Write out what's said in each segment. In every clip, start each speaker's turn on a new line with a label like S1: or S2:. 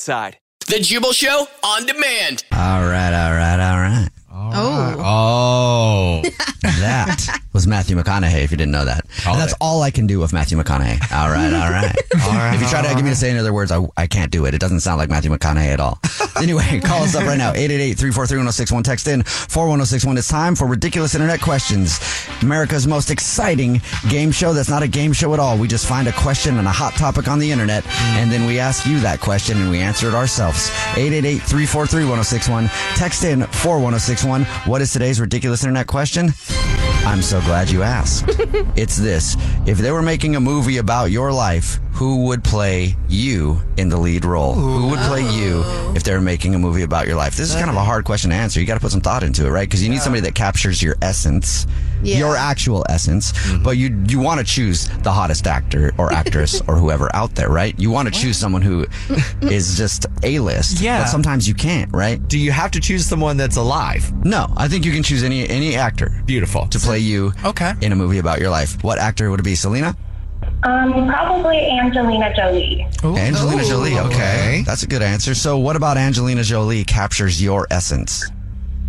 S1: Side.
S2: The Jubal Show on demand.
S3: All right, all right, all right. Oh, that was Matthew McConaughey. If you didn't know that, and that's all I can do with Matthew McConaughey. All right, all right. if you try to get me to say any other words, I, I can't do it. It doesn't sound like Matthew McConaughey at all. anyway, call us up right now 888-343-1061. Text in four one zero six one. It's time for ridiculous internet questions. America's most exciting game show. That's not a game show at all. We just find a question and a hot topic on the internet, and then we ask you that question and we answer it ourselves. 888-343-1061. Text in four one zero six one. What is today's ridiculous internet question? I'm so glad you asked. it's this. If they were making a movie about your life, who would play you in the lead role? Who would play you
S4: Oh.
S3: if they were making a movie about your life? This is kind of a hard question to answer. You got to put some thought into it, right? Because you need somebody that captures your essence, your actual essence.
S4: Mm-hmm.
S3: But you you want to choose the hottest actor or actress or whoever out there, right? You want to choose someone who is just a list.
S4: Yeah.
S3: But sometimes you can't, right?
S4: Do you have to choose someone that's alive?
S3: No, I think you can choose any any actor
S4: Beautiful.
S3: to play you
S4: Okay.
S3: in a movie about your life. What actor would it be? Selena?
S5: Um, probably Angelina Jolie.
S3: Angelina Jolie. Okay.
S4: Okay.
S3: That's a good answer. So, what about Angelina Jolie captures your essence?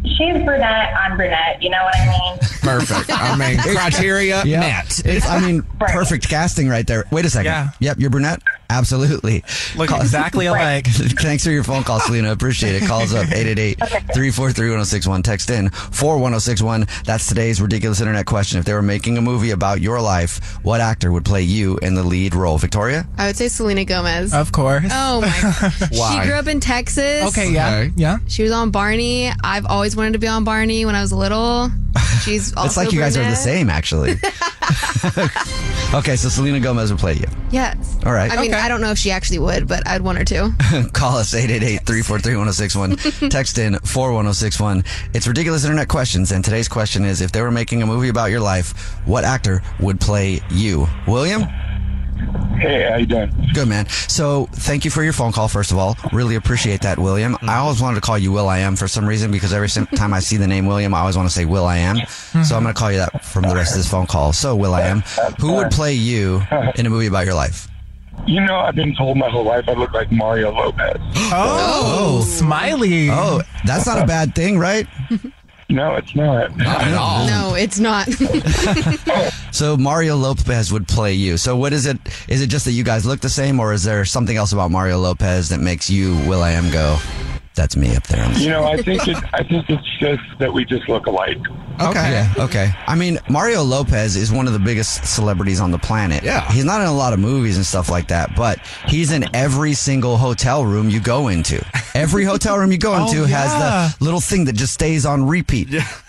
S5: She's brunette. I'm brunette. You know what I mean?
S4: Perfect. I mean, criteria met.
S3: It's, I mean, perfect casting right there. Wait a second.
S4: Yeah.
S3: Yep, you're brunette? Absolutely.
S4: Look
S3: Call-
S4: exactly alike.
S3: Thanks for your phone call, Selena. Appreciate it. Calls up 888-343-1061. Text in 41061. That's today's ridiculous internet question. If they were making a movie about your life, what actor would play you in the lead role? Victoria?
S6: I would say Selena Gomez.
S4: Of course.
S6: Oh my!
S3: Why?
S6: She grew up in Texas.
S4: Okay, yeah.
S3: Okay.
S4: Yeah.
S6: She was on Barney. I've always wanted to be on Barney when I was little. She's also
S3: It's like you guys are the
S6: brunette.
S3: same, actually. okay, so Selena Gomez would play you.
S6: Yes.
S3: All right.
S6: I mean, I don't know if she actually would, but I'd want her to.
S3: Call us 888-343-1061. Text in 41061. It's ridiculous internet questions, and today's question is if they were making a movie about your life, what actor would play you? William?
S5: Hey, how you doing?
S3: Good man. So thank you for your phone call, first of all. Really appreciate that, William. I always wanted to call you Will I Am for some reason because every sim- time I see the name William, I always want to say Will I Am. So I'm going to call you that from the rest of this phone call. So Will I Am, who would play you in a movie about your life?
S5: You know, I've been told my whole life I look like Mario Lopez.
S4: Oh, smiley.
S3: Oh, that's not a bad thing, right?
S5: No, it's not.
S4: not at all.
S6: No, it's not.
S3: So Mario Lopez would play you. So what is it? Is it just that you guys look the same, or is there something else about Mario Lopez that makes you Will I Am go? That's me up there.
S5: You know, I think it, I think it's just that we just look alike.
S4: Okay.
S3: Yeah, okay. I mean, Mario Lopez is one of the biggest celebrities on the planet.
S4: Yeah.
S3: He's not in a lot of movies and stuff like that, but he's in every single hotel room you go into. Every hotel room you go
S4: Oh,
S3: into
S4: yeah.
S3: has the little thing that just stays on repeat.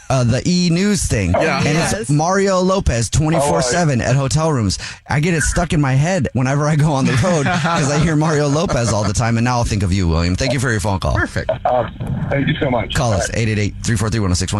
S3: Uh, the e news thing.
S4: Yeah.
S3: And it's Mario Lopez 24 7 at hotel rooms. I get it stuck in my head whenever I go on the road because I hear Mario Lopez all the time. And now I'll think of you, William. Thank you for your phone call.
S4: Perfect.
S5: Um, Thank you so much.
S3: Call us 888-343-1061.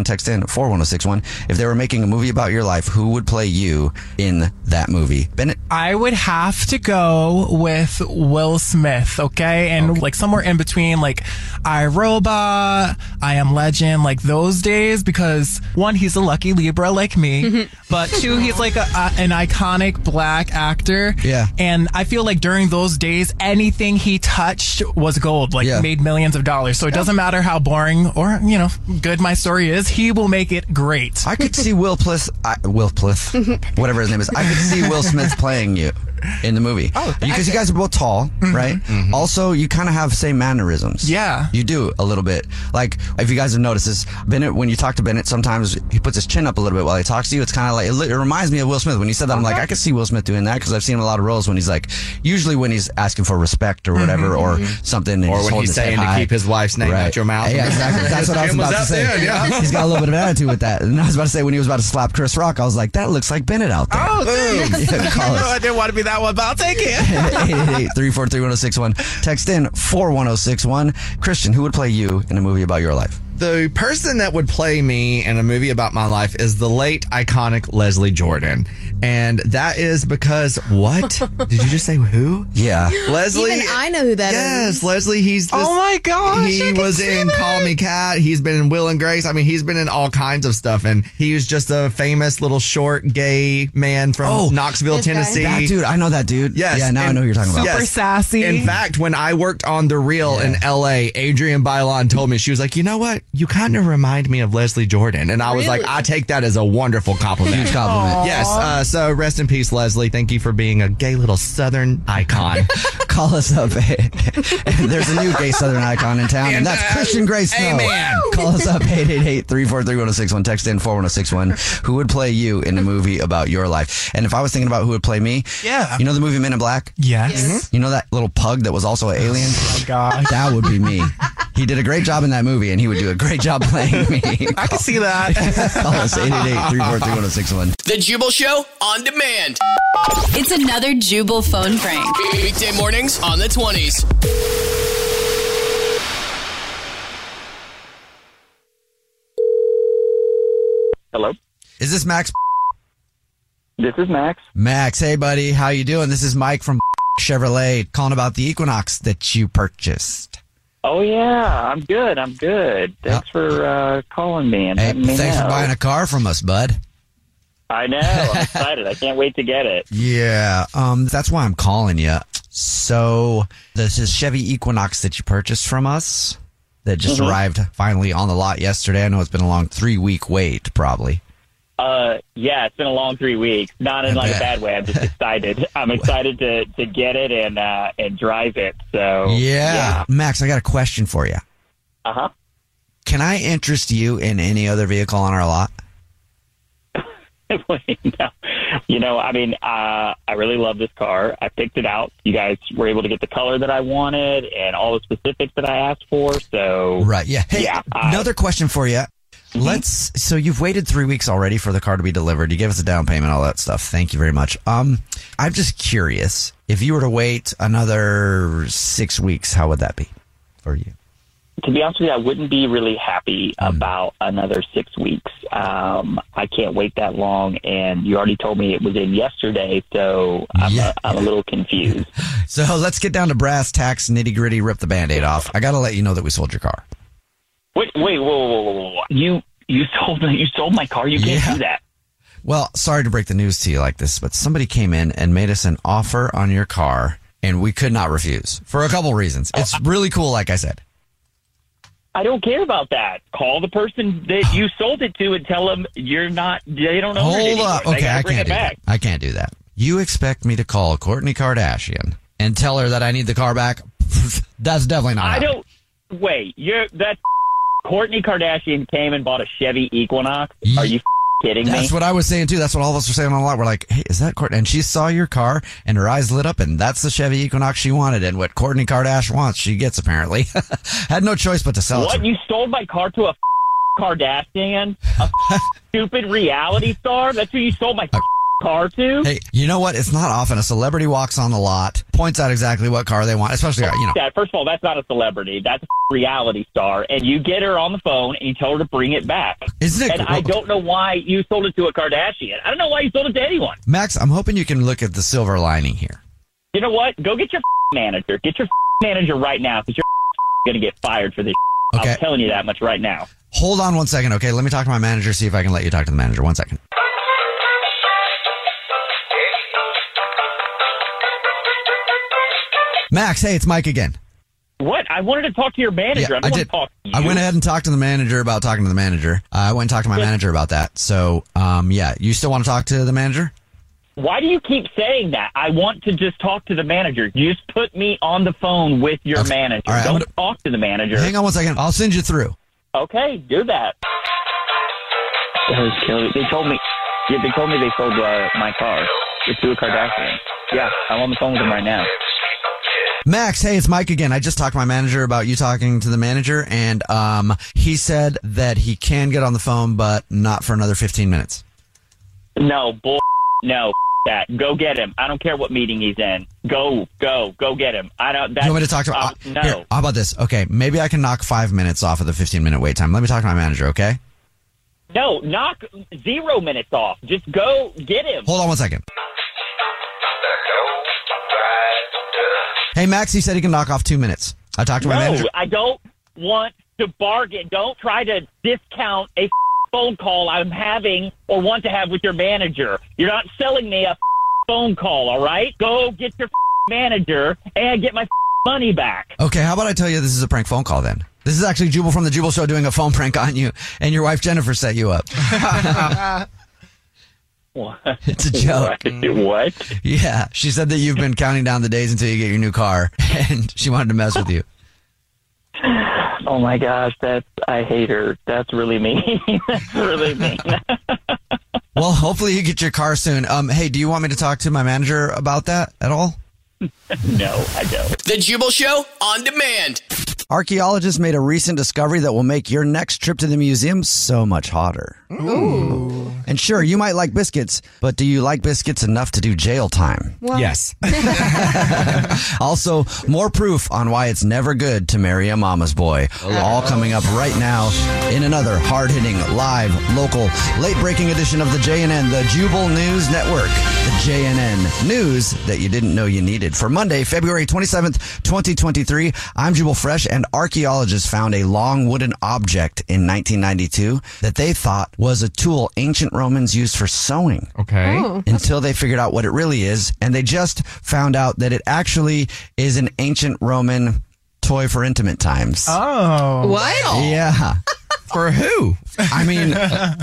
S3: Text in 41061. If they were making a movie about your life, who would play you in that movie? Bennett.
S7: I would have to go with Will Smith, okay? And like somewhere in between, like I Robot, I Am Legend, like those days, because one, he's a lucky Libra like
S3: Mm-hmm.
S7: me, but two, he's like a, a, an iconic black actor.
S3: Yeah.
S7: And I feel like during those days, anything he touched was gold, like made millions of dollars. So it doesn't matter how boring or, you know, good my story is, he will make it great.
S3: I could see Will Plith, I, Will Plith, whatever his name is. I could see Will Smith playing you in the movie. Oh, because you guys are both tall, right?
S8: Mm-hmm.
S3: Also, you kind of have same mannerisms.
S7: Yeah,
S3: you do a little bit. Like if you guys have noticed this, Bennett, when you talk to Bennett, sometimes he puts his chin up a little bit while he talks to you. It's kind of like it, li- it reminds me of Will Smith. When you said that, I'm like, I could see Will Smith doing that because I've seen him in a lot of roles when he's like, usually when he's asking for respect or whatever or something, and
S8: Or
S3: he's
S8: when
S3: holding
S8: he's
S3: his head
S8: saying to
S3: high.
S8: keep his wife's name out your mouth.
S3: Yeah, exactly. That's what I was
S8: Him
S3: about to
S8: out
S3: say.
S8: there, yeah.
S3: He's got a little bit of attitude with that. And I was about to say when he was about to slap Chris Rock, I was like, that looks like Bennett out there.
S7: Oh, thanks.
S3: Yeah, call us.
S7: I didn't want to be that one, but I'll take it.
S3: 888-343-1061. Text in 41061. Christian, who would play you in a movie about your life?
S8: The person that would play me in a movie about my life is the late iconic Leslie Jordan. And that is because what? Did you just say who?
S3: Yeah.
S8: Leslie
S6: Even I know who that is.
S8: Yes, Leslie. He's this,
S6: Oh my gosh, I
S8: He
S6: can
S8: was
S6: see
S8: in
S6: that.
S8: Call Me Cat. He's been in Will and Grace. I mean, he's been in all kinds of stuff. And he was just a famous little short gay man from Knoxville,
S3: Oh, This guy.
S8: Tennessee.
S3: That dude, I know that dude.
S8: Yes.
S3: Yeah, now I
S8: and-
S3: know who you're talking about.
S8: yes. In fact, when I worked on The Real in LA, Adrian Bylon told me, she was like, you know what? You kind of remind me of Leslie Jordan. And I was like, I take that as a wonderful compliment.
S3: Huge compliment. Aw.
S8: Yes. Uh, so rest in peace, Leslie. Thank you for being a gay little Southern icon.
S3: Call us up. There's a new gay Southern icon in town, and that's Christian Gray Snow.
S8: amen.
S3: Call us up 888-343-1061. Text in 41061. Who would play you in a movie about your life? And if I was thinking about who would play me,
S7: Yeah.
S3: you know the movie Men in Black?
S7: Yes. Mm-hmm.
S3: You know that little pug that was also an alien? Oh
S7: my god.
S3: That would be me. He did a great job in that movie, and he would do a great job playing me. I
S7: can see that.
S3: Call us 888-343-1061.
S2: The Jubal Show on demand.
S9: It's another Jubal phone prank.
S2: Weekday mornings on the 20s.
S3: Hello? Is this Max?
S10: This is Max.
S3: Max, hey buddy, how you doing? This is Mike from Chevrolet calling about the Equinox that you purchased.
S10: Oh yeah, I'm good. I'm good. Thanks for uh, calling me and
S3: Hey,
S10: letting me
S3: thanks
S10: know.
S3: for buying a car from us, bud.
S10: I know. I'm excited. I can't wait to get it.
S3: Yeah, um, that's why I'm calling you. So this is Chevy Equinox that you purchased from us that just
S10: Mhm.
S3: arrived finally on the lot yesterday. I know it's been a long three week wait, probably.
S10: Uh, yeah, it's been a long three weeks. Not in
S3: I
S10: like
S3: bet.
S10: a bad way. I'm just excited. I'm excited to, to get it and uh, and drive it. So
S3: Max, I got a question for you.
S10: Uh huh.
S3: Can I interest you in any other vehicle on our lot?
S10: You know, I mean, uh, I really love this car. I picked it out. You guys were able to get the color that I wanted and all the specifics that I asked for. So
S3: Right. Yeah. Hey,
S10: yeah.
S3: another question for you. Let's. So you've waited three weeks already for the car to be delivered. You gave us a down payment, all that stuff. Thank you very much. Um, I'm just curious. If you were to wait another six weeks, how would that be for you?
S10: to be honest with you, I wouldn't be really happy
S3: Hmm.
S10: about another six weeks. Um, I can't wait that long, and you already told me it was in yesterday, so I'm, a, I'm a little confused.
S3: So let's get down to brass tacks, nitty gritty. Rip the band-aid off. I got to let you know that we sold your car.
S10: Wait, wait, whoa, whoa, whoa, whoa, whoa! You you sold me, you sold my car. You can't do that.
S3: Well, sorry to break the news to you like this, but somebody came in and made us an offer on your car, and we could not refuse for a couple reasons. It's really cool, like I said.
S10: I don't care about that. Call the person that you sold it to and tell them you're not. They don't own it
S3: Hold
S10: anymore.
S3: up.
S10: They
S3: Okay,
S10: gotta
S3: I
S10: bring
S3: can't
S10: it
S3: do
S10: back.
S3: that. I can't do that. You expect me to call Courtney Kardashian and tell her that I need the car back? That's definitely not.
S10: I
S3: happening.
S10: don't. Wait, you're that. Courtney Kardashian came and bought a Chevy Equinox. Are you kidding me?
S3: That's what I was saying too. That's what all of us were saying on a lot. We're like, "Hey, is that Courtney?" And she saw your car, and her eyes lit up, and that's the Chevy Equinox she wanted, and what Courtney Kardashian wants, she gets apparently. Had no choice but to sell it.
S10: What?
S3: to
S10: You sold my car to a Kardashian? A stupid reality star? That's who you sold my car too?
S3: Hey, you know what? It's not often a celebrity walks on the lot, points out exactly what car they want, especially, you know.
S10: That, first of all, that's not a celebrity. That's a reality star. And you get her on the phone and you tell her to bring it back.
S3: Isn't it-
S10: And I don't know why you sold it to a Kardashian. I don't know why you sold it to anyone.
S3: Max, I'm hoping you can look at the silver lining here.
S10: You know what? Go get your manager. Get your manager right now because you're going to get fired for this.
S3: Okay.
S10: I'm telling you that much right now.
S3: Hold on one second, okay? Let me talk to my manager, see if I can let you talk to the manager. One second. Max, hey, it's Mike again.
S10: What? I wanted to talk to your manager.
S3: Yeah,
S10: I, don't
S3: I
S10: want
S3: did.
S10: to talk to you.
S3: I went ahead and talked to the manager about talking to the manager. Uh, I went and talked to my manager about that. So, um, yeah, you still want to talk to the manager?
S10: Why do you keep saying that? I want to just talk to the manager. You just put me on the phone with your manager.
S3: All right, I'm
S10: Don't talk to the manager.
S3: Hang on one second. I'll send you through.
S10: Okay, do that. That was Kelly. They told me. Yeah, they told me they sold uh, my car. It's to a Kardashian. Yeah, I'm on the phone with them right now.
S3: Max, hey, it's Mike again. I just talked to my manager about you talking to the manager, and um, he said that he can get on the phone, but not for another 15 minutes.
S10: No, bull. No, that. Go get him. I don't care what meeting he's in. Go, go, go get him. I don't. That,
S3: you want me to talk to
S10: uh,
S3: uh,
S10: no.
S3: here, how about this? Okay, maybe I can knock five minutes off of the 15 minute wait time. Let me talk to my manager, okay?
S10: No, knock zero minutes off. Just go get him.
S3: Hold on one second. Hey, Max, he said he can knock off two minutes. I talked to my
S10: no,
S3: manager.
S10: I don't want to bargain. Don't try to discount a phone call I'm having or want to have with your manager. You're not selling me a phone call, all right? Go get your manager and get my money back.
S3: Okay, how about I tell you this is a prank phone call then? This is actually Jubal from the Jubal Show doing a phone prank on you, and your wife Jennifer set you up.
S10: What?
S3: It's a joke.
S10: What?
S3: Yeah, she said that you've been counting down the days until you get your new car, and she wanted to mess with you.
S10: Oh my gosh, that's I hate her. That's really mean. that's really mean.
S3: Well, hopefully you get your car soon. Um, hey, do you want me to talk to my manager about that at all?
S10: no, I don't.
S2: The Jubal Show on demand.
S3: Archaeologists made a recent discovery that will make your next trip to the museum so much hotter.
S4: Ooh.
S3: And sure, you might like biscuits, but do you like biscuits enough to do jail time?
S4: Well- Yes.
S3: also, more proof on why it's never good to marry a mama's boy. All coming up right now in another hard-hitting, live, local, late-breaking edition of the JNN, the Jubal News Network. The JNN news that you didn't know you needed for Monday, February 27th, 2023. I'm Jubal Fresh, and archaeologists found a long wooden object in 1992 that they thought was a tool ancient Romans used for sewing. Okay.
S4: Oh.
S3: Until they figured out what it really is, and they just found out that it actually is an ancient Roman toy for intimate times.
S7: Oh.
S3: Yeah. For who? I mean,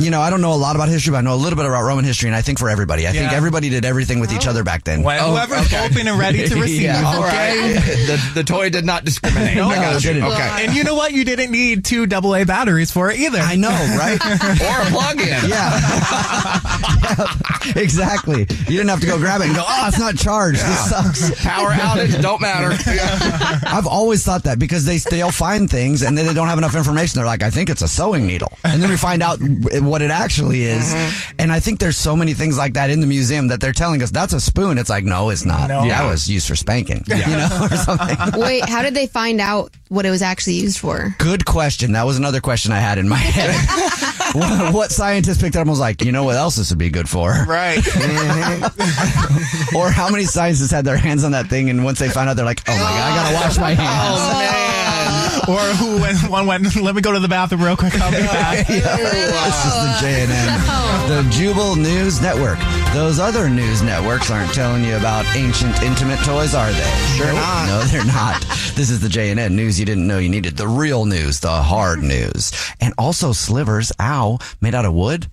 S3: you know, I don't know a lot about history, but I know a little bit about Roman history, and I think for everybody. I think
S7: Yeah.
S3: everybody did everything with each other back then.
S7: Wh- whoever's open and ready to receive.
S3: Oh, Yeah.
S8: All right. the, the toy did not discriminate. I got you. Okay.
S7: And you know what? You didn't need two AA batteries for it either. I
S3: know, right?
S8: or a plug-in.
S3: Yeah. Yep, exactly. You didn't have to go grab it and go, oh, it's not charged. This sucks.
S8: Power outage, don't matter.
S3: Mm-hmm. I've always thought that because they, they'll find things and then they don't have enough information. They're like, I think it's a sewing needle. And then we find out what it actually is. And I think there's so many things like that in the museum that they're telling us that's a spoon. It's like, no, it's not.
S7: No.
S3: That was used for spanking, you know, or something.
S6: Wait, how did they find out what it was actually used for?
S3: Good question. That was another question I had in my head. what, what scientist picked it up and was like, you know what else this would be good for?
S7: Right.
S3: Mm-hmm. or how many scientists had their hands on that thing and once they found out, they're like, oh my God, I gotta wash my hands.
S7: or who went, one went, let me go to the bathroom real quick. I'll be back.
S3: This is the JNN, the Jubal News Network. Those other news networks aren't telling you about ancient intimate toys, are they? Sure not. No, they're not. This is the JNN news you didn't know you needed. The real news, the hard news, and also slivers. Ow, made out of wood.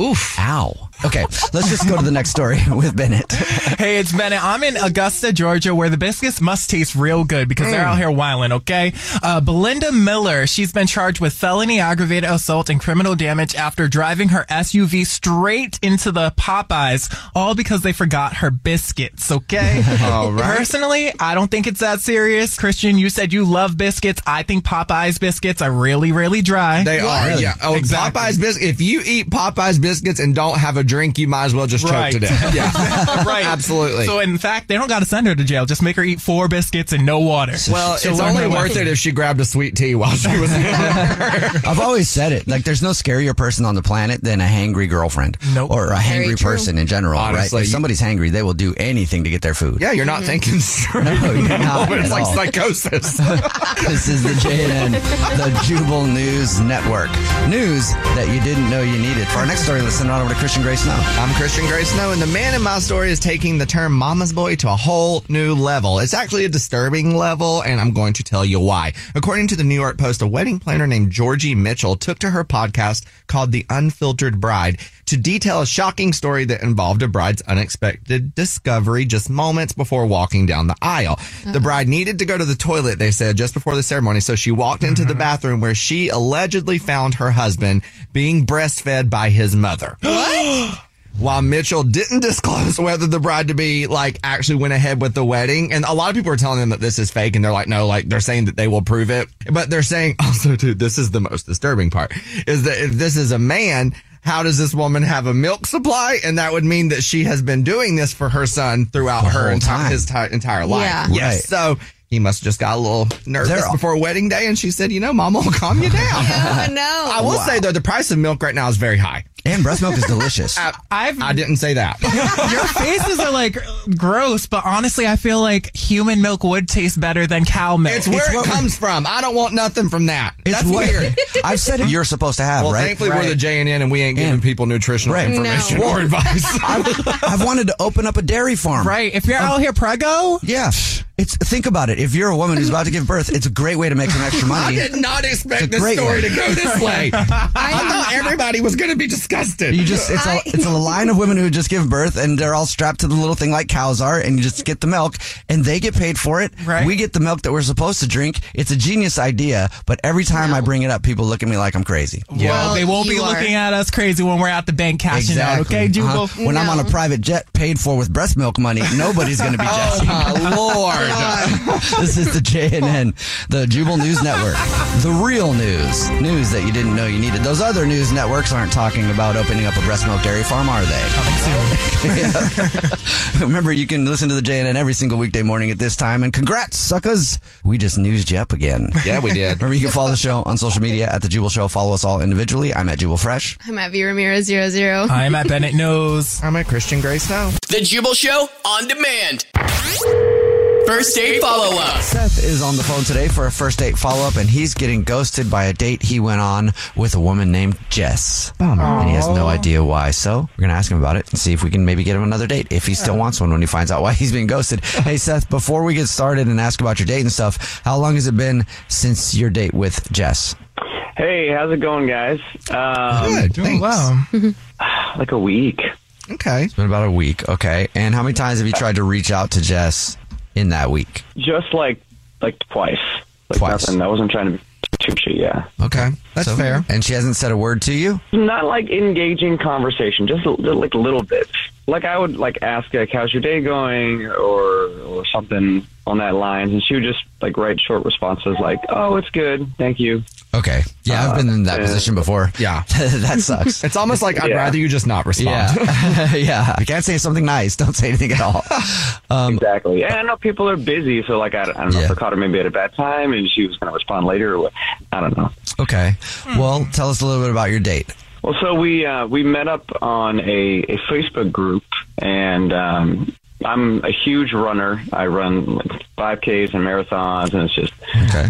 S3: Oof. Ow. Okay, let's just go to the next story with Bennett.
S7: hey, it's Bennett. I'm in Augusta, Georgia, where the biscuits must taste real good because they're
S8: Mm.
S7: out here wilding, okay? Uh, Belinda Miller, she's been charged with felony aggravated assault and criminal damage after driving her SUV straight into the Popeyes guys, all because they forgot her biscuits, okay?
S8: All right.
S7: Personally, I don't think it's that serious. Christian, you said you love biscuits. I think Popeye's biscuits are really, really dry.
S8: They are, yeah. Oh, Popeye's biscuit. If you eat Popeye's biscuits and don't have a drink, you might as well just
S7: Right.
S8: choke to death. Yeah,
S7: right.
S8: Absolutely.
S7: So in fact, they don't got to send her to jail. Just make her eat four biscuits and no water.
S8: well,
S7: She'll
S8: it's
S7: learn
S8: only
S7: her
S8: worth
S7: lesson.
S8: it if she grabbed a sweet tea while she was.
S3: I've always said it. Like, there's no scarier person on the planet than a hangry girlfriend.
S8: Nope.
S3: Or a
S8: Very
S3: hangry
S8: true.
S3: person in general,
S8: Honestly,
S3: right? If
S8: you-
S3: somebody's hangry, they will do anything to get their food.
S8: Yeah, you're not
S3: Mhm.
S8: thinking straight.
S3: No, you're not
S8: Oh, It's
S3: at
S8: like
S3: all.
S8: psychosis.
S3: Oh, this is the JNN, the Jubal News Network. News that you didn't know you needed. For our next story, let's send it on over to Christian Gray Snow.
S8: I'm Christian Gray Snow, and the man in my story is taking the term mama's boy to a whole new level. It's actually a disturbing level, and I'm going to tell you why. According to the New York Post, a wedding planner named Georgie Mitchell took to her podcast called The Unfiltered Bride to detail a shocking story that involved a bride's unexpected discovery just moments before walking down the aisle.
S11: Uh-huh.
S8: The bride needed to go to the toilet, they said, just before the ceremony, so she walked into
S11: Uh-huh.
S8: the bathroom where she allegedly found her husband being breastfed by his mother.
S11: What?
S8: While Mitchell didn't disclose whether the bride to be like actually went ahead with the wedding, and a lot of people are telling them that this is fake, and they're like, no, like they're saying that they will prove it, but they're saying also, dude, this is the most disturbing part is that if this is a man, how does this woman have a milk supply? And that would mean that she has been doing this for her son throughout
S3: The
S8: her
S3: whole
S8: entire
S3: time.
S8: his ti- entire life.
S3: Yeah.
S8: Yes.
S3: Right.
S8: So he must have just got a little nervous
S3: They're-
S8: before wedding day, and she said, you know, mom will calm you down.
S6: Oh, no.
S8: I will say though, the price of milk right now is very high,
S3: and breast milk is delicious.
S8: I, I didn't say that.
S7: Your faces are like gross, but honestly, I feel like human milk would taste better than cow milk.
S8: It's where it comes from. I don't want nothing from that. That's
S3: what-
S8: weird.
S3: I've said it. You're supposed to have,
S8: Well,
S3: right?
S8: thankfully we're the JNN and we ain't giving people nutritional
S3: Right.
S8: information or advice.
S3: I've, I've wanted to open up a dairy farm.
S7: Right. If you're out here prego.
S3: Yeah. It's think about it. If you're a woman who's about to give birth, it's a great way to make some extra money.
S8: I did not
S3: It's a
S8: expect this
S3: great
S8: story
S3: way.
S8: to go this way. I thought everybody was going to be disgusted.
S3: You just it's a it's a line of women who just give birth and they're all strapped to the little thing like cows are, and you just get the milk and they get paid for it.
S7: Right.
S3: We get the milk that we're supposed to drink. It's a genius idea, but every time I bring it up, people look at me like I'm crazy.
S7: Well, they won't be
S6: you are.
S7: looking at us crazy when we're at the bank cashing out. Okay, Jubal.
S3: Uh-huh. When I'm on a private jet paid for with breast milk money, nobody's going to be
S8: Oh
S3: judging.
S8: my lord!
S3: this is the JNN, the Jubal News Network. The real news. News that you didn't know you needed. Those other news networks aren't talking about opening up a breast milk dairy farm, are they? Yeah. Remember, you can listen to the JNN every single weekday morning at this time. And congrats, suckers. We just newsed you up again.
S8: Yeah, we did.
S3: Remember, you can follow the show on social media at The Jubal Show. Follow us all individually. I'm at Jubal Fresh.
S6: I'm at V Ramirez 00.
S7: I'm at Bennett Knows.
S8: I'm at Christian Gray Snow.
S2: The Jubal Show on demand. First date follow up.
S3: Seth is on the phone today for a first date follow up, and he's getting ghosted by a date he went on with a woman named Jess. And Oh, he has no idea why. So we're going to ask him about it and see if we can maybe get him another date if he still wants one when he finds out why he's being ghosted. hey, Seth, before we get started and ask about your date and stuff, how long has it been since your date with Jess?
S12: Hey, how's it going, guys? Um,
S7: wow.
S12: Like a week.
S8: Okay.
S3: It's been about a week. Okay. And how many times have you tried to reach out to Jess in that week?
S12: Just like like twice. Like twice. Nothing. I wasn't trying to be too shit, yeah.
S8: Okay. That's fair.
S3: And she hasn't said a word to you?
S12: Not like engaging conversation, just a- like little bits. Like I would like ask like how's your day going or or something on that line, and she would just like write short responses like oh it's good, thank you.
S3: Okay. Yeah, I've been in that
S12: Uh,
S3: position before.
S8: Yeah.
S3: that sucks.
S8: It's almost like I'd
S3: Yeah.
S8: rather you just not respond.
S3: Yeah. yeah. If you can't say something nice, don't say anything at all. Um,
S12: Exactly. And I know people are busy, so like I, I don't know if I caught her maybe at a bad time, and she was going to respond later. or what. I don't know.
S3: Okay. Well, tell us a little bit about your date.
S12: Well, so we uh, we met up on a, a Facebook group, and um, I'm a huge runner. I run like 5Ks and marathons, and it's just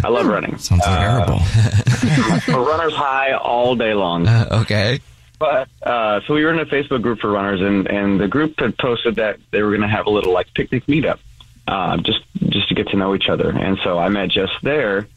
S12: I love running. Uh,
S8: Sounds terrible. Uh,
S12: a runner's high all day long.
S3: okay.
S12: But uh, so we were in a Facebook group for runners, and, and the group had posted that they were going to have a little like picnic meetup, uh, just just to get to know each other. And so I met Jess there,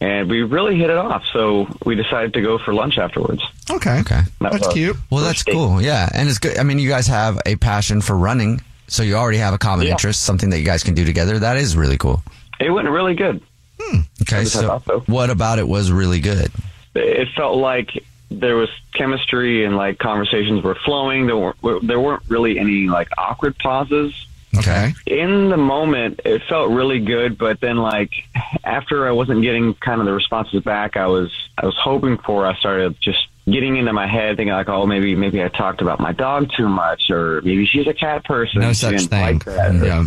S12: and we really hit it off. So we decided to go for lunch afterwards.
S8: Okay.
S3: Okay.
S12: That was our
S3: Well,
S12: first
S3: that's
S12: date.
S3: cool. Yeah. And it's good. I mean, you guys have a passion for running. So you already have a common
S12: Yeah.
S3: interest, something that you guys can do together. That is really cool.
S12: It went really good. Oh.
S3: Okay. So what about it was really good?
S12: It felt like there was chemistry and like conversations were flowing. There weren't there weren't really any like awkward pauses.
S8: Okay.
S12: In the moment, it felt really good, but then like after I wasn't getting kind of the responses back I was I was hoping for, I started just getting into my head thinking like, oh, maybe maybe I talked about my dog too much, or maybe she's a cat person.
S8: No
S12: She
S8: such
S12: didn't
S8: thing.
S12: like that, or-
S8: Yeah.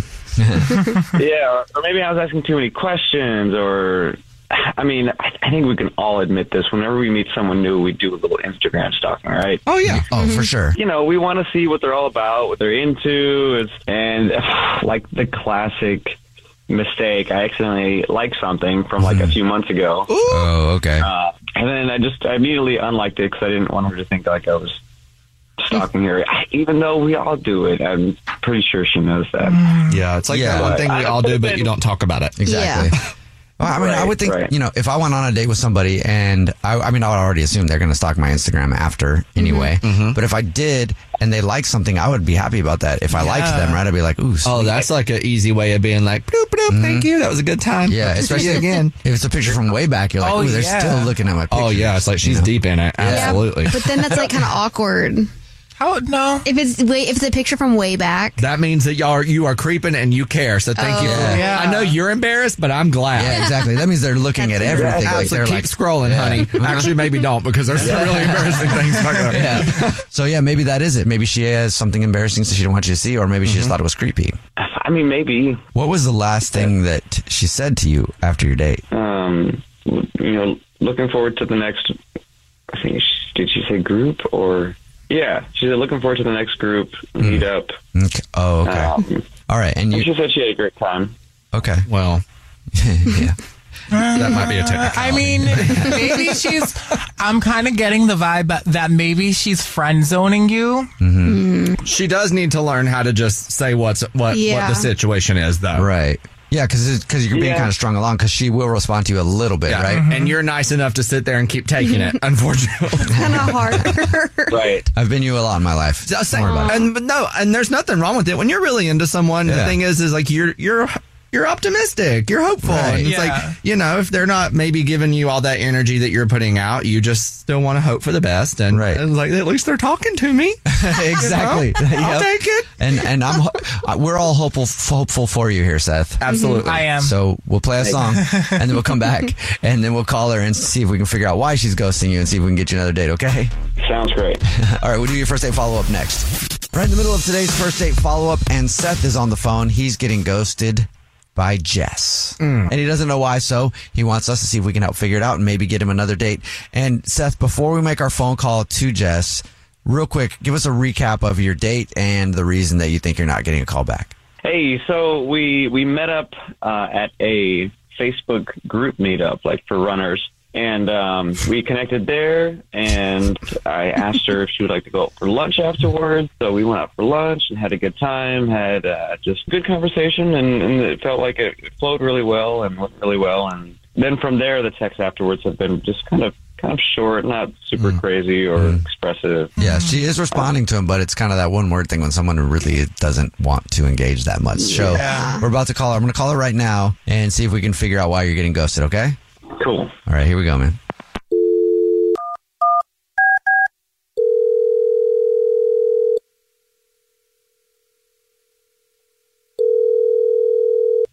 S12: yeah, or, or maybe I was asking too many questions, or I mean, I, I think we can all admit this. Whenever we meet someone new, we do a little Instagram stalking, right?
S8: Oh yeah,
S3: oh
S10: Mm-hmm.
S3: for sure.
S12: You know, we want to see what they're all about, what they're into, it's, and like the classic mistake, I accidentally liked something from
S8: Mm-hmm.
S12: like a few months ago.
S3: Oh, okay.
S12: Uh, and then I just I immediately unliked it because I didn't want her to think like I was stalking her, I, even though we all do it. I'm pretty sure she knows that.
S8: Yeah, it's like that one thing we all do, but you don't talk about it.
S3: Exactly. Well, I mean, I would think, you know, if I went on a date with somebody and I, I mean, I would already assume they're going to stalk my Instagram after
S8: Mm-hmm,
S3: anyway. But if I did and they liked something, I would be happy about that. If I liked
S8: Yeah.
S3: them, right? I'd be like, ooh,
S8: Oh, that's like an easy way of being like, bloop, bloop, thank you. That was a good time.
S3: Mm-hmm. Yeah,
S8: Hope to see
S3: especially
S8: you
S3: again. If it's a picture from way back, you're like,
S8: Oh,
S3: oh, they're
S8: yeah.
S3: still looking at my picture.
S8: Oh, yeah, it's like she's deep in it. Absolutely.
S6: But then that's like kind of awkward.
S7: How no?
S6: If it's wait, if it's a picture from way back,
S8: That means that y'all are, you are creeping and you care. So thank you. For,
S6: Oh.
S3: Yeah.
S8: I know you're embarrassed, but I'm glad.
S3: Yeah, exactly. That means they're looking at everything. Like,
S8: Absolutely.
S3: they're
S8: keep
S3: like-
S8: scrolling,
S3: Yeah.
S8: honey. Actually, maybe don't because there's some really embarrassing things. Like
S3: yeah. So yeah, maybe that is it. Maybe she has something embarrassing that she didn't want you to see, or maybe
S8: Mm-hmm.
S3: she just thought it was creepy.
S12: I mean, maybe.
S3: What was the last thing that she said to you after your date?
S8: Uh,
S12: Um, you know, looking forward to the next. I think she, did she say group or? Yeah, she said looking forward to the next group meet up.
S3: Okay. Oh, okay. All right, and
S12: you. She said she had a great time.
S3: Okay.
S8: Well,
S3: yeah.
S8: That might be a
S7: Uh, I mean, maybe she's. I'm kind of getting the vibe that- that maybe she's friend zoning you.
S3: Mm-hmm.
S8: Mm-hmm. She does need to learn how to just say what's what what
S7: Yeah.
S8: the situation is, though.
S3: Right. Yeah, because because you're being
S8: Yeah.
S3: kind of strung along because she will respond to you a little bit, right?
S8: And you're nice enough to sit there and keep taking it. Unfortunately,
S6: kind of hard.
S12: right.
S3: I've been you a lot in my life.
S8: Just say-
S3: Don't worry about it.
S8: and but no, and there's nothing wrong with it. When you're really into someone, the
S3: Yeah.
S8: thing is, is like you're you're you're optimistic, you're hopeful.
S3: Right.
S8: And
S3: Yeah.
S8: it's like you know, if they're not maybe giving you all that energy that you're putting out, you just still want to hope for the best. And, right. and like at least they're talking to me.
S3: exactly.
S8: You know?
S3: Yep.
S8: I'll take it.
S3: And and I'm ho- uh, we're all hopeful hopeful for you here, Seth.
S8: Absolutely. Mm-hmm. I am.
S3: So we'll play a song,
S8: Thank you.
S3: and then we'll come back, and then we'll call her and see if we can figure out why she's ghosting you, and see if we can get you another date. Okay.
S12: Sounds great.
S3: all right, we'll do your first date follow up next. Right in the middle of today's first date follow up, and Seth is on the phone. He's getting ghosted by Jess. And he doesn't know why, so he wants us to see if we can help figure it out and maybe get him another date. And Seth, before we make our phone call to Jess, real quick, give us a recap of your date and the reason that you think you're not getting a call back.
S12: Hey, so we we met up uh, at a Facebook group meetup, like for runners, and um, we connected there. And I asked her if she would like to go out for lunch afterwards. So we went out for lunch and had a good time, had uh, just good conversation, and, and it felt like it flowed really well and went really well. And then from there, the texts afterwards have been just kind of kind of short, not super crazy or expressive.
S3: Yeah, she is responding to him, but it's kind of that one word thing when someone really doesn't want to engage that much. So
S12: Yeah.
S3: we're about to call her. I'm going to call her right now and see if we can figure out why you're getting ghosted, okay?
S12: Cool.
S3: All right, here we go, man.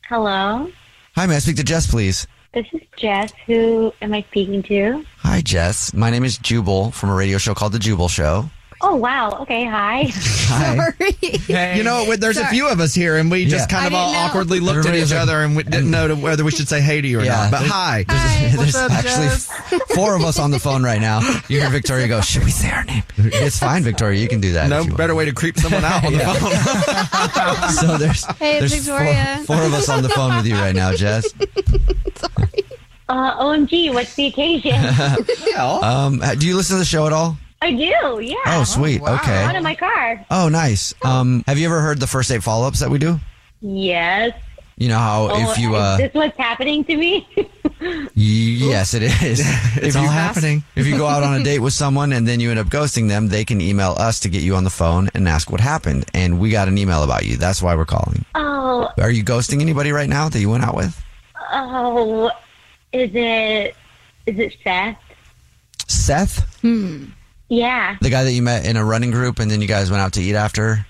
S11: Hello,
S3: Hi, may I speak to Jess, please?
S11: this is Jess. Who am I speaking to?
S3: Hi, Jess. My name is Jubal from a radio show called The Jubal Show.
S11: Oh, wow. Okay, hi.
S3: Hi.
S11: Sorry.
S8: You know, when there's a few of us here, and we just
S3: Yeah.
S8: kind of
S3: I
S8: all
S3: didn't know.
S8: awkwardly looked
S3: Everybody
S8: at each
S3: was like-
S8: other and we didn't know to- whether we should say hey to you or
S3: Yeah,
S8: not. But
S3: there's-
S8: hi.
S3: There's actually f- four of us on the phone right now. You hear Victoria go, Should we say her name? It's fine, Victoria. You can do that. No
S8: better way to creep someone out on the
S3: phone. so Oh, there's,
S11: Hey, it's
S3: there's
S11: Victoria.
S3: Four, four of us on the phone with you right now, Jess.
S11: Uh, OMG, what's the occasion?
S3: um, do you listen to the show at all?
S11: I do, yeah.
S3: Oh, sweet. Okay.
S11: Out of my car.
S3: Oh, nice. Um, have you ever heard the first date follow ups that we do?
S11: Yes. Oh,
S3: You know how if you
S11: is
S3: uh,
S11: this what's happening to me?
S3: Yes, it is.
S8: It's all happening.
S3: If you go out on a date with someone and then you end up ghosting them, they can email us to get you on the phone and ask what happened. And we got an email about you. That's why we're calling.
S11: oh,
S3: Are you ghosting anybody right now that you went out with?
S11: oh, is it, is it Seth?
S3: Seth,
S11: Hmm. Yeah.
S3: the guy that you met in a running group, and then you guys went out to eat after,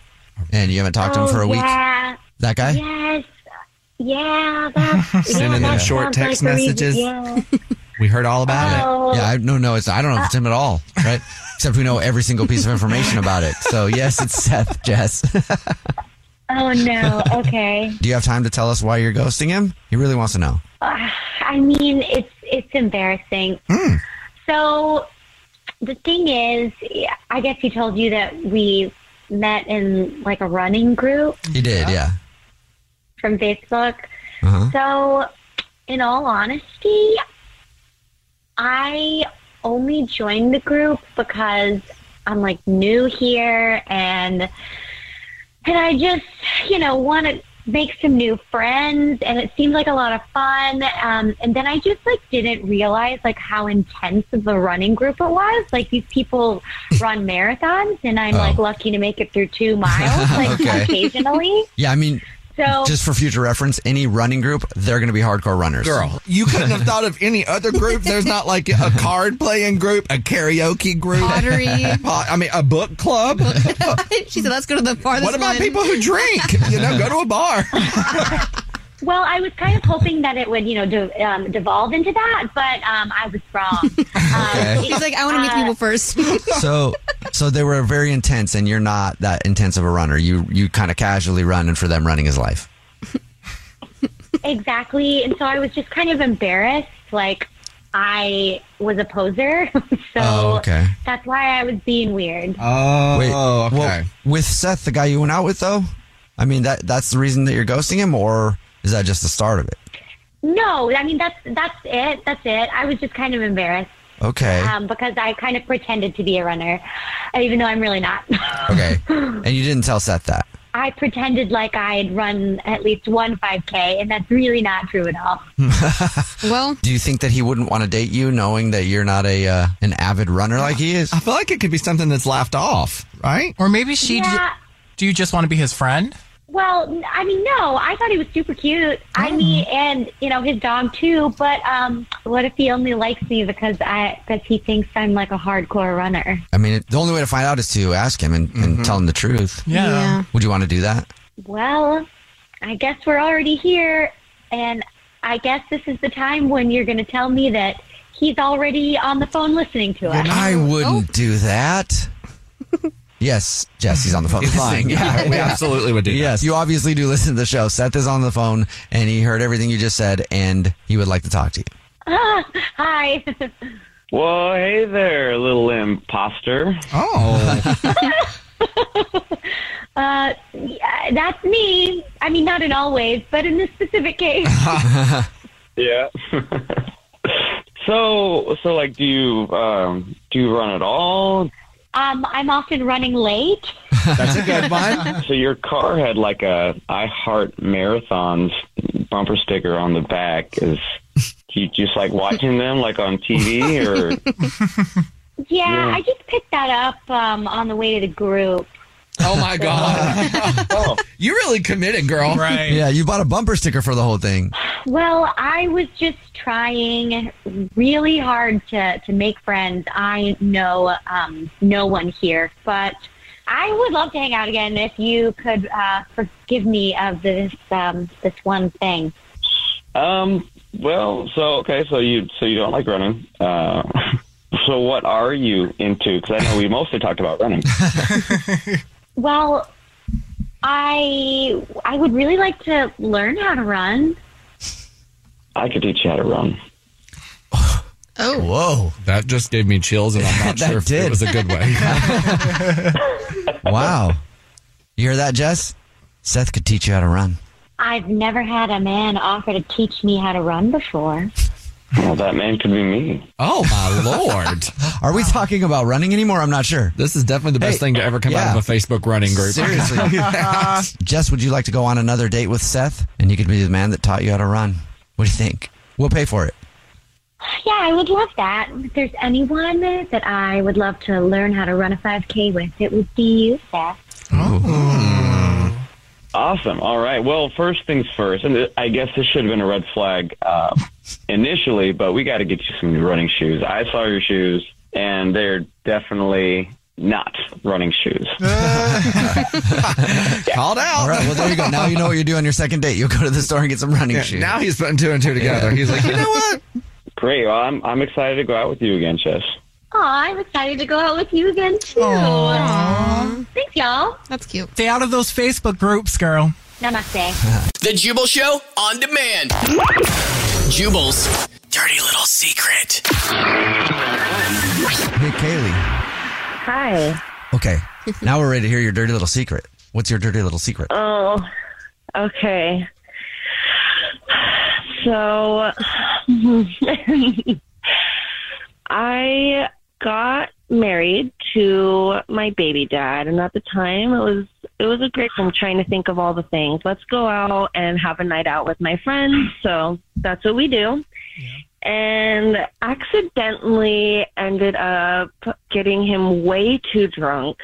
S3: and you haven't talked to him for a week.
S11: Oh, Yeah.
S3: That guy?
S11: Yes. Yeah. That's,
S3: Sending
S11: yeah,
S3: them
S11: that
S3: short
S11: sounds like
S3: text
S11: the reason-
S3: messages.
S11: Yeah.
S3: We heard all about
S11: it. Oh.
S3: it. Yeah, I, no, no, it's I don't know if it's him at all, right? Except we know every single piece of information about it. So yes, it's Seth, Jess.
S11: Oh no. Okay.
S3: Do you have time to tell us why you're ghosting him? He really wants to know.
S11: Ah, I mean, it's it's embarrassing.
S3: Hmm.
S11: So the thing is, I guess he told you that we met in like a running group
S3: He did, yeah.
S11: from Facebook.
S3: Uh-huh.
S11: So, in all honesty, I only joined the group because I'm like new here and and I just, you know, want to make some new friends and it seemed like a lot of fun. Um, and then I just like didn't realize like how intense of a running group it was. Like these people run marathons and I'm
S3: Oh.
S11: like lucky to make it through 2 miles like
S3: Okay.
S11: occasionally.
S3: Yeah, I mean,
S11: So
S3: just for future reference, any running group, they're going to be hardcore runners.
S8: Girl, you couldn't have thought of any other group. There's not like a card playing group, a karaoke group,
S6: Pottery.
S8: Po- I mean, a book club.
S6: she said, "Let's go to the farthest."
S8: What about
S6: one."
S8: people who drink? You know, go to a bar.
S11: Well, I was kind of hoping that it would, you know, de- um, devolve into that, but um, I was wrong. Uh,
S3: Okay.
S6: He's like, I want to meet people first.
S3: So, so they were very intense, and you're not that intense of a runner. You you kind of casually run, and for them, running is life.
S11: exactly, and so I was just kind of embarrassed, like I was a poser, so
S3: Oh, okay.
S11: that's why I was being weird.
S8: Oh,
S3: Wait, Well, with Seth, the guy you went out with, though, I mean that that's the reason that you're ghosting him, or is that just the start of it?
S11: No, I mean that's that's it. That's it. I was just kind of embarrassed
S3: Okay,
S11: um, because I kind of pretended to be a runner, even though I'm really not.
S3: okay, and you didn't tell Seth that.
S11: I pretended like I had run at least one 5K, and that's really not true at all.
S6: well,
S3: Do you think that he wouldn't want to date you, knowing that you're not a uh, an avid runner like he is? I
S8: feel like it could be something that's laughed off, right?
S7: Or maybe she.
S11: Yeah.
S7: Do you just want to be his friend?
S11: Well, n- I mean, no, I thought he was super cute.
S3: Oh.
S11: I mean, and you know his dog too. But um, what if he only likes me because I because he thinks I'm like a hardcore runner?
S3: I mean, it, the only way to find out is to ask him and,
S8: Mm-hmm.
S3: and tell him the truth.
S11: Yeah. Yeah.
S3: Would you want to do that?
S11: Well, I guess we're already here, and I guess this is the time when you're going to tell me that he's already on the phone listening to us.
S3: I wouldn't do that. yes, Jesse's on the phone.
S8: Yes,
S3: Lying.
S8: yeah, we absolutely would do that.
S3: Yes, you obviously do listen to the show. Seth is on the phone, and he heard everything you just said, and he would like to talk to you.
S11: Ah, hi.
S12: Well, hey there, little imposter.
S8: Oh.
S11: Uh, yeah, that's me. I mean, not in all ways, but in this specific case.
S12: yeah. so, so like, do you um, do you run at all?
S11: Um, I'm often running late.
S12: That's a good one. so your car had like a I Heart Marathons bumper sticker on the back. Is you just like watching them like on TV or?
S11: Yeah,
S12: Yeah.
S11: I just picked that up um, on the way to the group.
S8: Oh my god. You really committed, girl.
S7: Right.
S3: Yeah, you bought a bumper sticker for the whole thing.
S11: Well, I was just trying really hard to, to make friends. I know um, no one here, but I would love to hang out again if you could uh, forgive me of this um, this one thing.
S12: Um. Well, so okay, so you so you don't like running. Uh, so what are you into? Because I know we mostly talked about running.
S11: Well, I I would really like to learn how to run.
S12: I could teach you how to run.
S6: Oh,
S3: Whoa.
S8: That just gave me chills, and I'm not
S3: That
S8: sure if
S3: did.
S8: it was a good way.
S3: Wow. You hear that, Jess? Seth could teach you how to run.
S11: I've never had a man offer to teach me how to run before.
S12: Well, that man could be me.
S8: Oh my lord!
S3: Are we talking about running anymore? I'm not sure.
S8: This is definitely the best thing to ever come out of a Facebook running group.
S3: Seriously. Jess, would you like to go on another date with Seth? And he could be the man that taught you how to run. What do you think? We'll pay for it.
S11: Yeah, I would love that. If there's anyone that I would love to learn how to run a 5K with, it would be you, Seth.
S12: Awesome. All right. Well, first things first, and I guess this should have been a red flag uh, initially, but we got to get you some new running shoes. I saw your shoes. and they're definitely not running shoes.
S8: Called out.
S3: All right. Well, there you go. Now you know what you do on your second date. You'll go to the store and get some running
S8: Yeah,
S3: shoes.
S8: now he's putting two and two together. He's like, you know what?
S12: Great. Well, I'm I'm excited to go out with you again, Chess.
S11: Oh, I'm excited to go out with you again too. Thanks, y'all.
S6: That's cute.
S7: Stay out of those Facebook groups, girl.
S11: Namaste.
S2: The Jubal Show on demand. Jubal's dirty little secret.
S3: Hey, Kaylee.
S13: Hi.
S3: Okay. Now we're ready to hear your dirty little secret. What's your dirty little secret?
S13: Oh, okay. So, I got married to my baby dad, and at the time it was it was a great. I'm trying to think of all the things. Let's go out and have a night out with my friends. So that's what we do. And accidentally ended up getting him way too drunk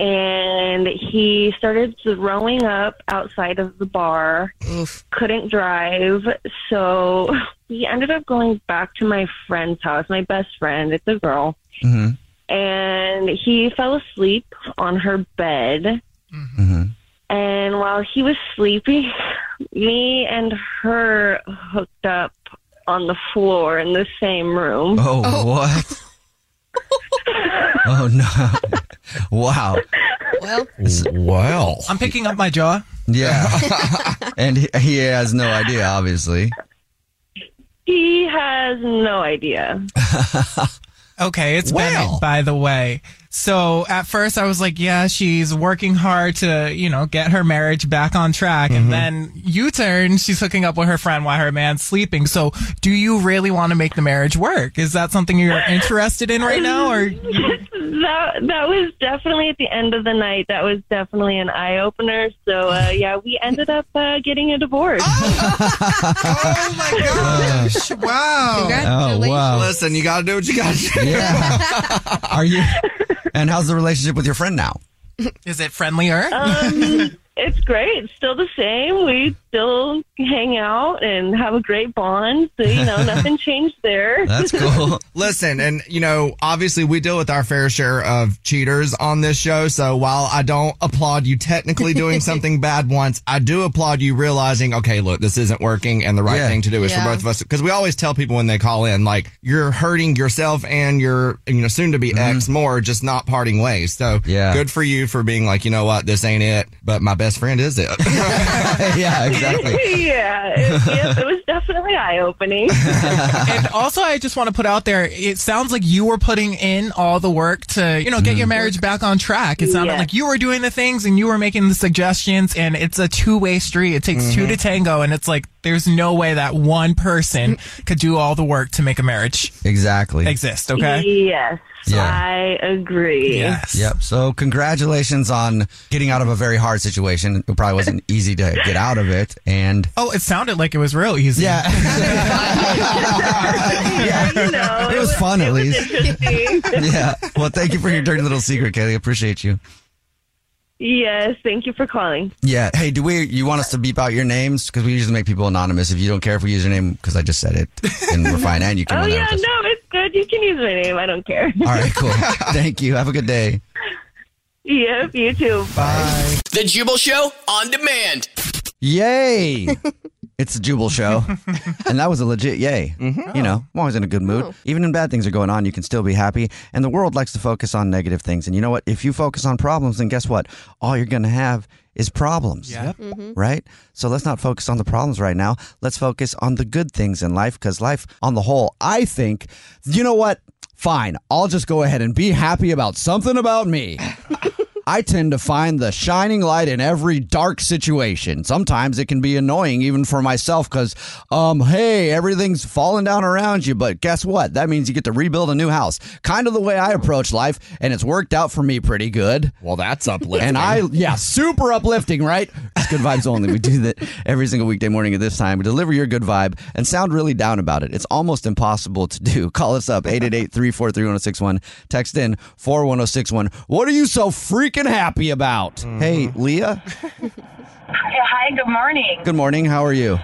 S13: and he started throwing up outside of the bar. Couldn't drive, so we ended up going back to my friend's house. My best friend, it's a girl, and he fell asleep on her bed. And while he was sleeping, me and her hooked up on the floor in the same room.
S3: Oh, what? oh no! Wow.
S6: Well,
S3: Wow.
S7: I'm picking up my jaw.
S3: Yeah. and he, he has no idea, obviously.
S13: He has no idea.
S7: Okay, it's Bennett, by the way. So at first I was like, yeah, she's working hard to, you know, get her marriage back on track. And then you turn, she's hooking up with her friend while her man's sleeping. So do you really want to make the marriage work? Is that something you're interested in right now? Or
S13: that that was definitely at the end of the night. That was definitely an eye opener. So uh, yeah, we ended up uh, getting a divorce.
S7: Oh!
S8: Gosh,
S7: wow.
S3: Congratulations. Oh, wow.
S8: Listen, you got to do what you got to do.
S3: Are you? And how's the relationship with your friend now?
S7: is it friendlier?
S13: Um, it's great. Still the same. We still hang out and have a great bond. So you know, nothing changed there.
S3: cool.
S8: Listen, and you know, obviously we deal with our fair share of cheaters on this show. So while I don't applaud you technically doing something bad once, I do applaud you realizing, okay, look, this isn't working and the right
S3: Yeah.
S8: thing to do is
S3: Yeah.
S8: for both of us. Cause we always tell people when they call in, like, you're hurting yourself and your, you know, soon to be ex more, just not parting ways. So
S3: Yeah.
S8: good for you for being like, you know what, this ain't it, but my best friend is it.
S3: yeah,
S13: yeah, it, yes, it was definitely eye opening.
S7: and also, I just want to put out there, it sounds like you were putting in all the work to, you know, get
S3: Mm-hmm.
S7: your marriage back on track. It sounded
S13: Yeah.
S7: like you were doing the things and you were making the suggestions, and it's a two way street. It takes two
S8: Mhm.
S3: Mm-hmm.
S7: to tango, and it's like there's no way that one person could do all the work to make a marriage
S3: Exactly.
S7: exist, okay?
S13: Yes,
S3: Yeah.
S13: I agree.
S3: Yep. So congratulations on getting out of a very hard situation. It probably wasn't easy to get out of it. And
S7: Oh, it sounded like it was real easy.
S3: Yeah. it was fun at least. yeah. Well, thank you for your dirty little secret, Kaylee. Appreciate you.
S13: Yes, thank you for calling.
S3: Yeah. Hey, do we? You want us to beep out your names because we usually make people anonymous. If you don't care if we use your name, because I just said it, and we're fine. And you can.
S13: Oh
S3: run out
S13: yeah,
S3: of this.
S13: no, it's good. You can use my name. I don't care.
S3: All right. Cool. thank you. Have a good day.
S13: Yep, you too.
S3: Bye.
S2: The Jubal Show on demand.
S3: Yay! it's the Jubal Show. and that was a legit yay. You know, I'm always in a good mood. Even when bad things are going on, you can still be happy. And the world likes to focus on negative things. And you know what? If you focus on problems, then guess what? All you're going to have is problems.
S14: Yep. Mhm.
S3: Right? So let's not focus on the problems right now. Let's focus on the good things in life because life, on the whole, I think, you know what? Fine. I'll just go ahead and be happy about something about me. I tend to find the shining light in every dark situation. Sometimes it can be annoying, even for myself, because, um, hey, everything's falling down around you. But guess what? That means you get to rebuild a new house. Kind of the way I approach life, and it's worked out for me pretty good.
S8: Well, that's uplifting.
S3: And I, yeah, super uplifting, right? It's good vibes only. We do that every single weekday morning at this time. We deliver your good vibe and sound really down about it. It's almost impossible to do. Call us up 888 343 1061. Text in 41061. What are you so freaking happy about? Hey, Leah,
S15: Yeah, hi, good morning.
S3: good morning. How are you?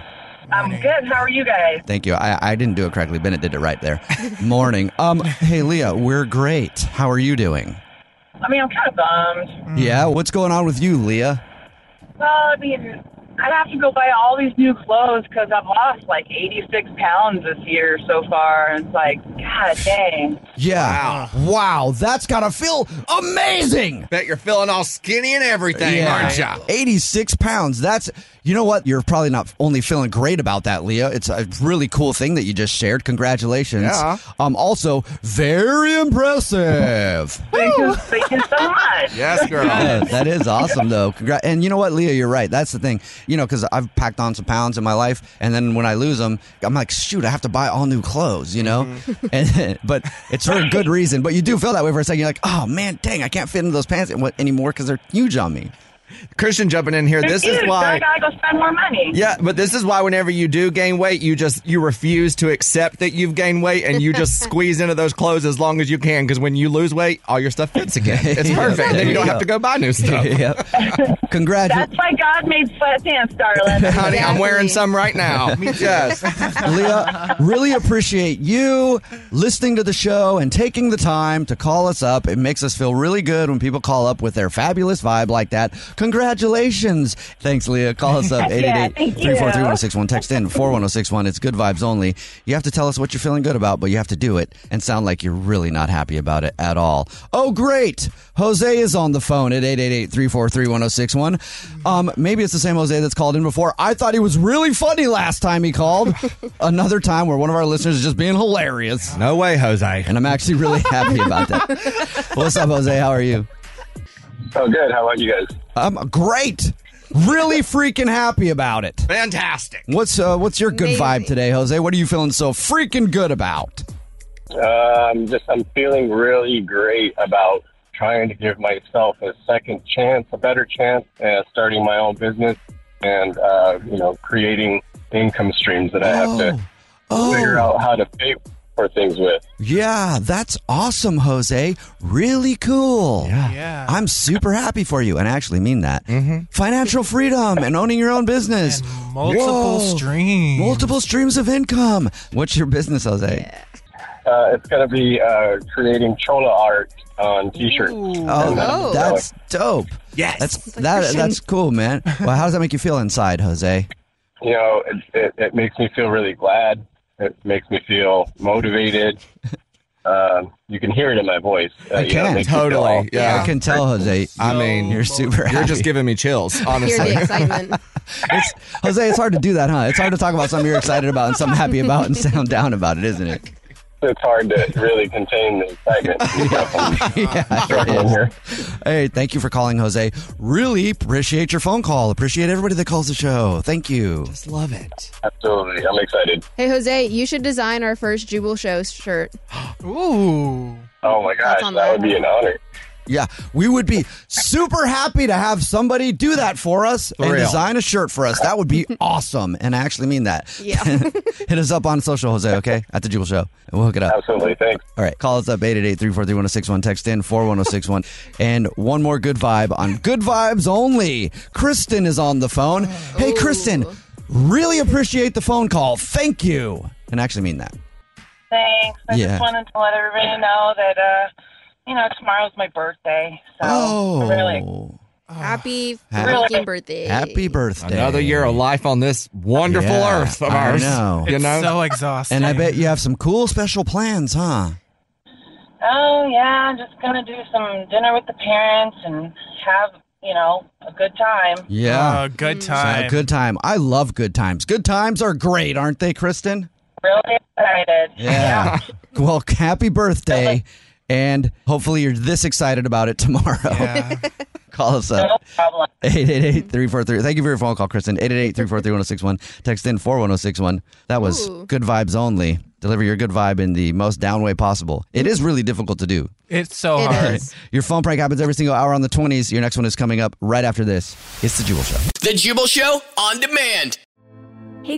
S14: I'm good. How are you guys?
S3: Thank you. I, I didn't do it correctly. Bennett did it right there. Morning. Um, hey, Leah, we're great. How are you doing?
S14: I mean, I'm kind of bummed.
S3: Yeah, what's going on with you, Leah?
S14: Well, I mean, I'd have to go buy all these new clothes because I've lost like 86 pounds this year so far. And it's like, God dang.
S3: Yeah. Wow. that's gotta feel amazing.
S8: Bet you're feeling all skinny and everything, aren't ya?
S3: 86 pounds. That's, you know what? You're probably not only feeling great about that, Leah. It's a really cool thing that you just shared. Congratulations.
S8: Yeah.
S3: Um, also, very impressive.
S14: Thank you, thank you so much.
S3: Yeah, that is awesome, though. Congrats. And you know what, Leah, you're right. That's the thing. You know, because I've packed on some pounds in my life, and then when I lose them, I'm like, shoot, I have to buy all new clothes. You know,
S8: Mm-hmm.
S3: and but it's for a good reason. But you do feel that way for a second. You're like, oh man, dang, I can't fit into those pants an- anymore because they're huge on me.
S8: Christian jumping in here. This
S14: Dude,
S8: is
S14: so I
S8: why.
S14: gotta go spend more money.
S8: Yeah, but this is why whenever you do gain weight, you just you refuse to accept that you've gained weight and you just squeeze into those clothes as long as you can because when you lose weight, all your stuff fits again. It's
S3: Yeah,
S8: perfect.
S3: there
S8: then you don't
S3: you
S8: have to
S3: go.
S8: go buy new stuff.
S3: yep. Congratulations,
S14: That's why God made sweatpants, darling.
S8: Honey, I'm wearing some right now. Me just.
S3: Leah. Really appreciate you listening to the show and taking the time to call us up. It makes us feel really good when people call up with their fabulous vibe like that. Congratulations. Thanks, Leah. Call us up
S14: Yeah, thank
S3: 888
S14: you.
S3: 343 Text in 41061. It's good vibes only. You have to tell us what you're feeling good about, but you have to do it and sound like you're really not happy about it at all. Oh, great. Jose is on the phone at 888 343 1061. Um, Maybe it's the same Jose that's called in before. I thought he was really funny last time he called. Another time where one of our listeners is just being hilarious.
S8: No way, Jose.
S3: And I'm actually really happy about that. What's up, Jose? How are you?
S5: Oh, good. How about you guys?
S3: I'm great. Really freaking happy about it.
S8: Fantastic.
S3: What's uh, what's your good vibe
S5: Amazing.
S3: today, Jose? What are you feeling so freaking good about?
S5: Um, just I'm feeling really great about trying to give myself a second chance, a better chance at starting my own business and uh, you know creating income streams that I have to
S3: Oh.
S5: figure out how to pay for things with.
S3: Yeah, that's awesome, Jose. Really cool. Yeah. Mm-hmm. I'm super happy for you, and I actually mean that. Financial freedom and owning your own business.
S7: multiple
S3: streams. Multiple streams of income. What's your business, Jose?
S5: Uh, it's going to be uh, creating chola art on T-shirts.
S3: Oh,
S5: And uh, that's-
S3: that's dope. Yes. That's that, that's cool, man. Well, how does that make you feel inside, Jose?
S5: you know, it, it, it makes me feel really glad. It makes me feel motivated. Um, you can hear it in my voice. Uh, you know, it makes me feel all-
S3: I can tell, Jose. I mean, you're super.
S8: Oh, You're
S3: happy.
S8: just giving me chills, honestly.
S6: excitement.
S3: it's, Jose, it's hard to do that, huh? It's hard to talk about something you're excited about and something happy about and sound down about it, isn't it?
S5: It's hard to really contain the excitement.
S3: yeah,
S5: Struggling
S3: it is. Hey, thank you for calling, Jose. Really appreciate your phone call. Appreciate everybody that calls the show. Thank you.
S5: Love it. Absolutely. I'm excited.
S6: Hey, Jose, you should design our first Jubal Show shirt.
S7: Ooh.
S5: Oh, my gosh.
S6: on
S5: That would be an honor.
S3: Yeah, we would be super happy to have somebody do that for us and
S8: real.
S3: design a shirt for us. That would be awesome. And I actually mean that. Yeah. Hit us up on social, Jose, okay? At the Jubal Show. And we'll hook it up.
S5: Absolutely. Thanks.
S3: All right. Call us up 888 343 1061. Text in 41061. And one more good vibe on Good Vibes Only. Kristen is on the phone. Hey, Kristen, really appreciate the phone call. Thank you. And I actually mean that.
S14: Thanks. I
S3: Yeah.
S14: just wanted to let everybody know that, uh, you know, tomorrow's my birthday. So
S3: Oh.
S14: I'm really
S6: Happy
S14: Happy-
S6: freaking birthday.
S3: Happy birthday.
S8: Another year of life on this wonderful
S3: Yeah,
S8: earth of
S3: I
S8: ours.
S3: know.
S8: You
S3: It's
S8: know?
S3: so
S7: exhausting.
S3: And I bet you have some cool special plans, huh?
S14: Oh yeah, I'm just gonna do some dinner with the parents and have you know a good time.
S3: Yeah.
S7: Oh, good
S3: time. uh, good time. I love good times. Good times are great, aren't they, Kristen?
S14: Really excited.
S3: Yeah. well, happy birthday. And hopefully you're this excited about it tomorrow. Call us up. 888 343. Thank you for your phone call, Kristen. 888 343 1061. Text in 41061. That was
S7: Ooh.
S3: good vibes only. Deliver your good vibe in the most down way possible. It is really difficult to do.
S7: It's so hard.
S3: Your phone prank happens every single hour on the 20s. Your next one is coming up right after this. It's The Jewel Show.
S2: The Jubal Show on demand.
S16: Hey,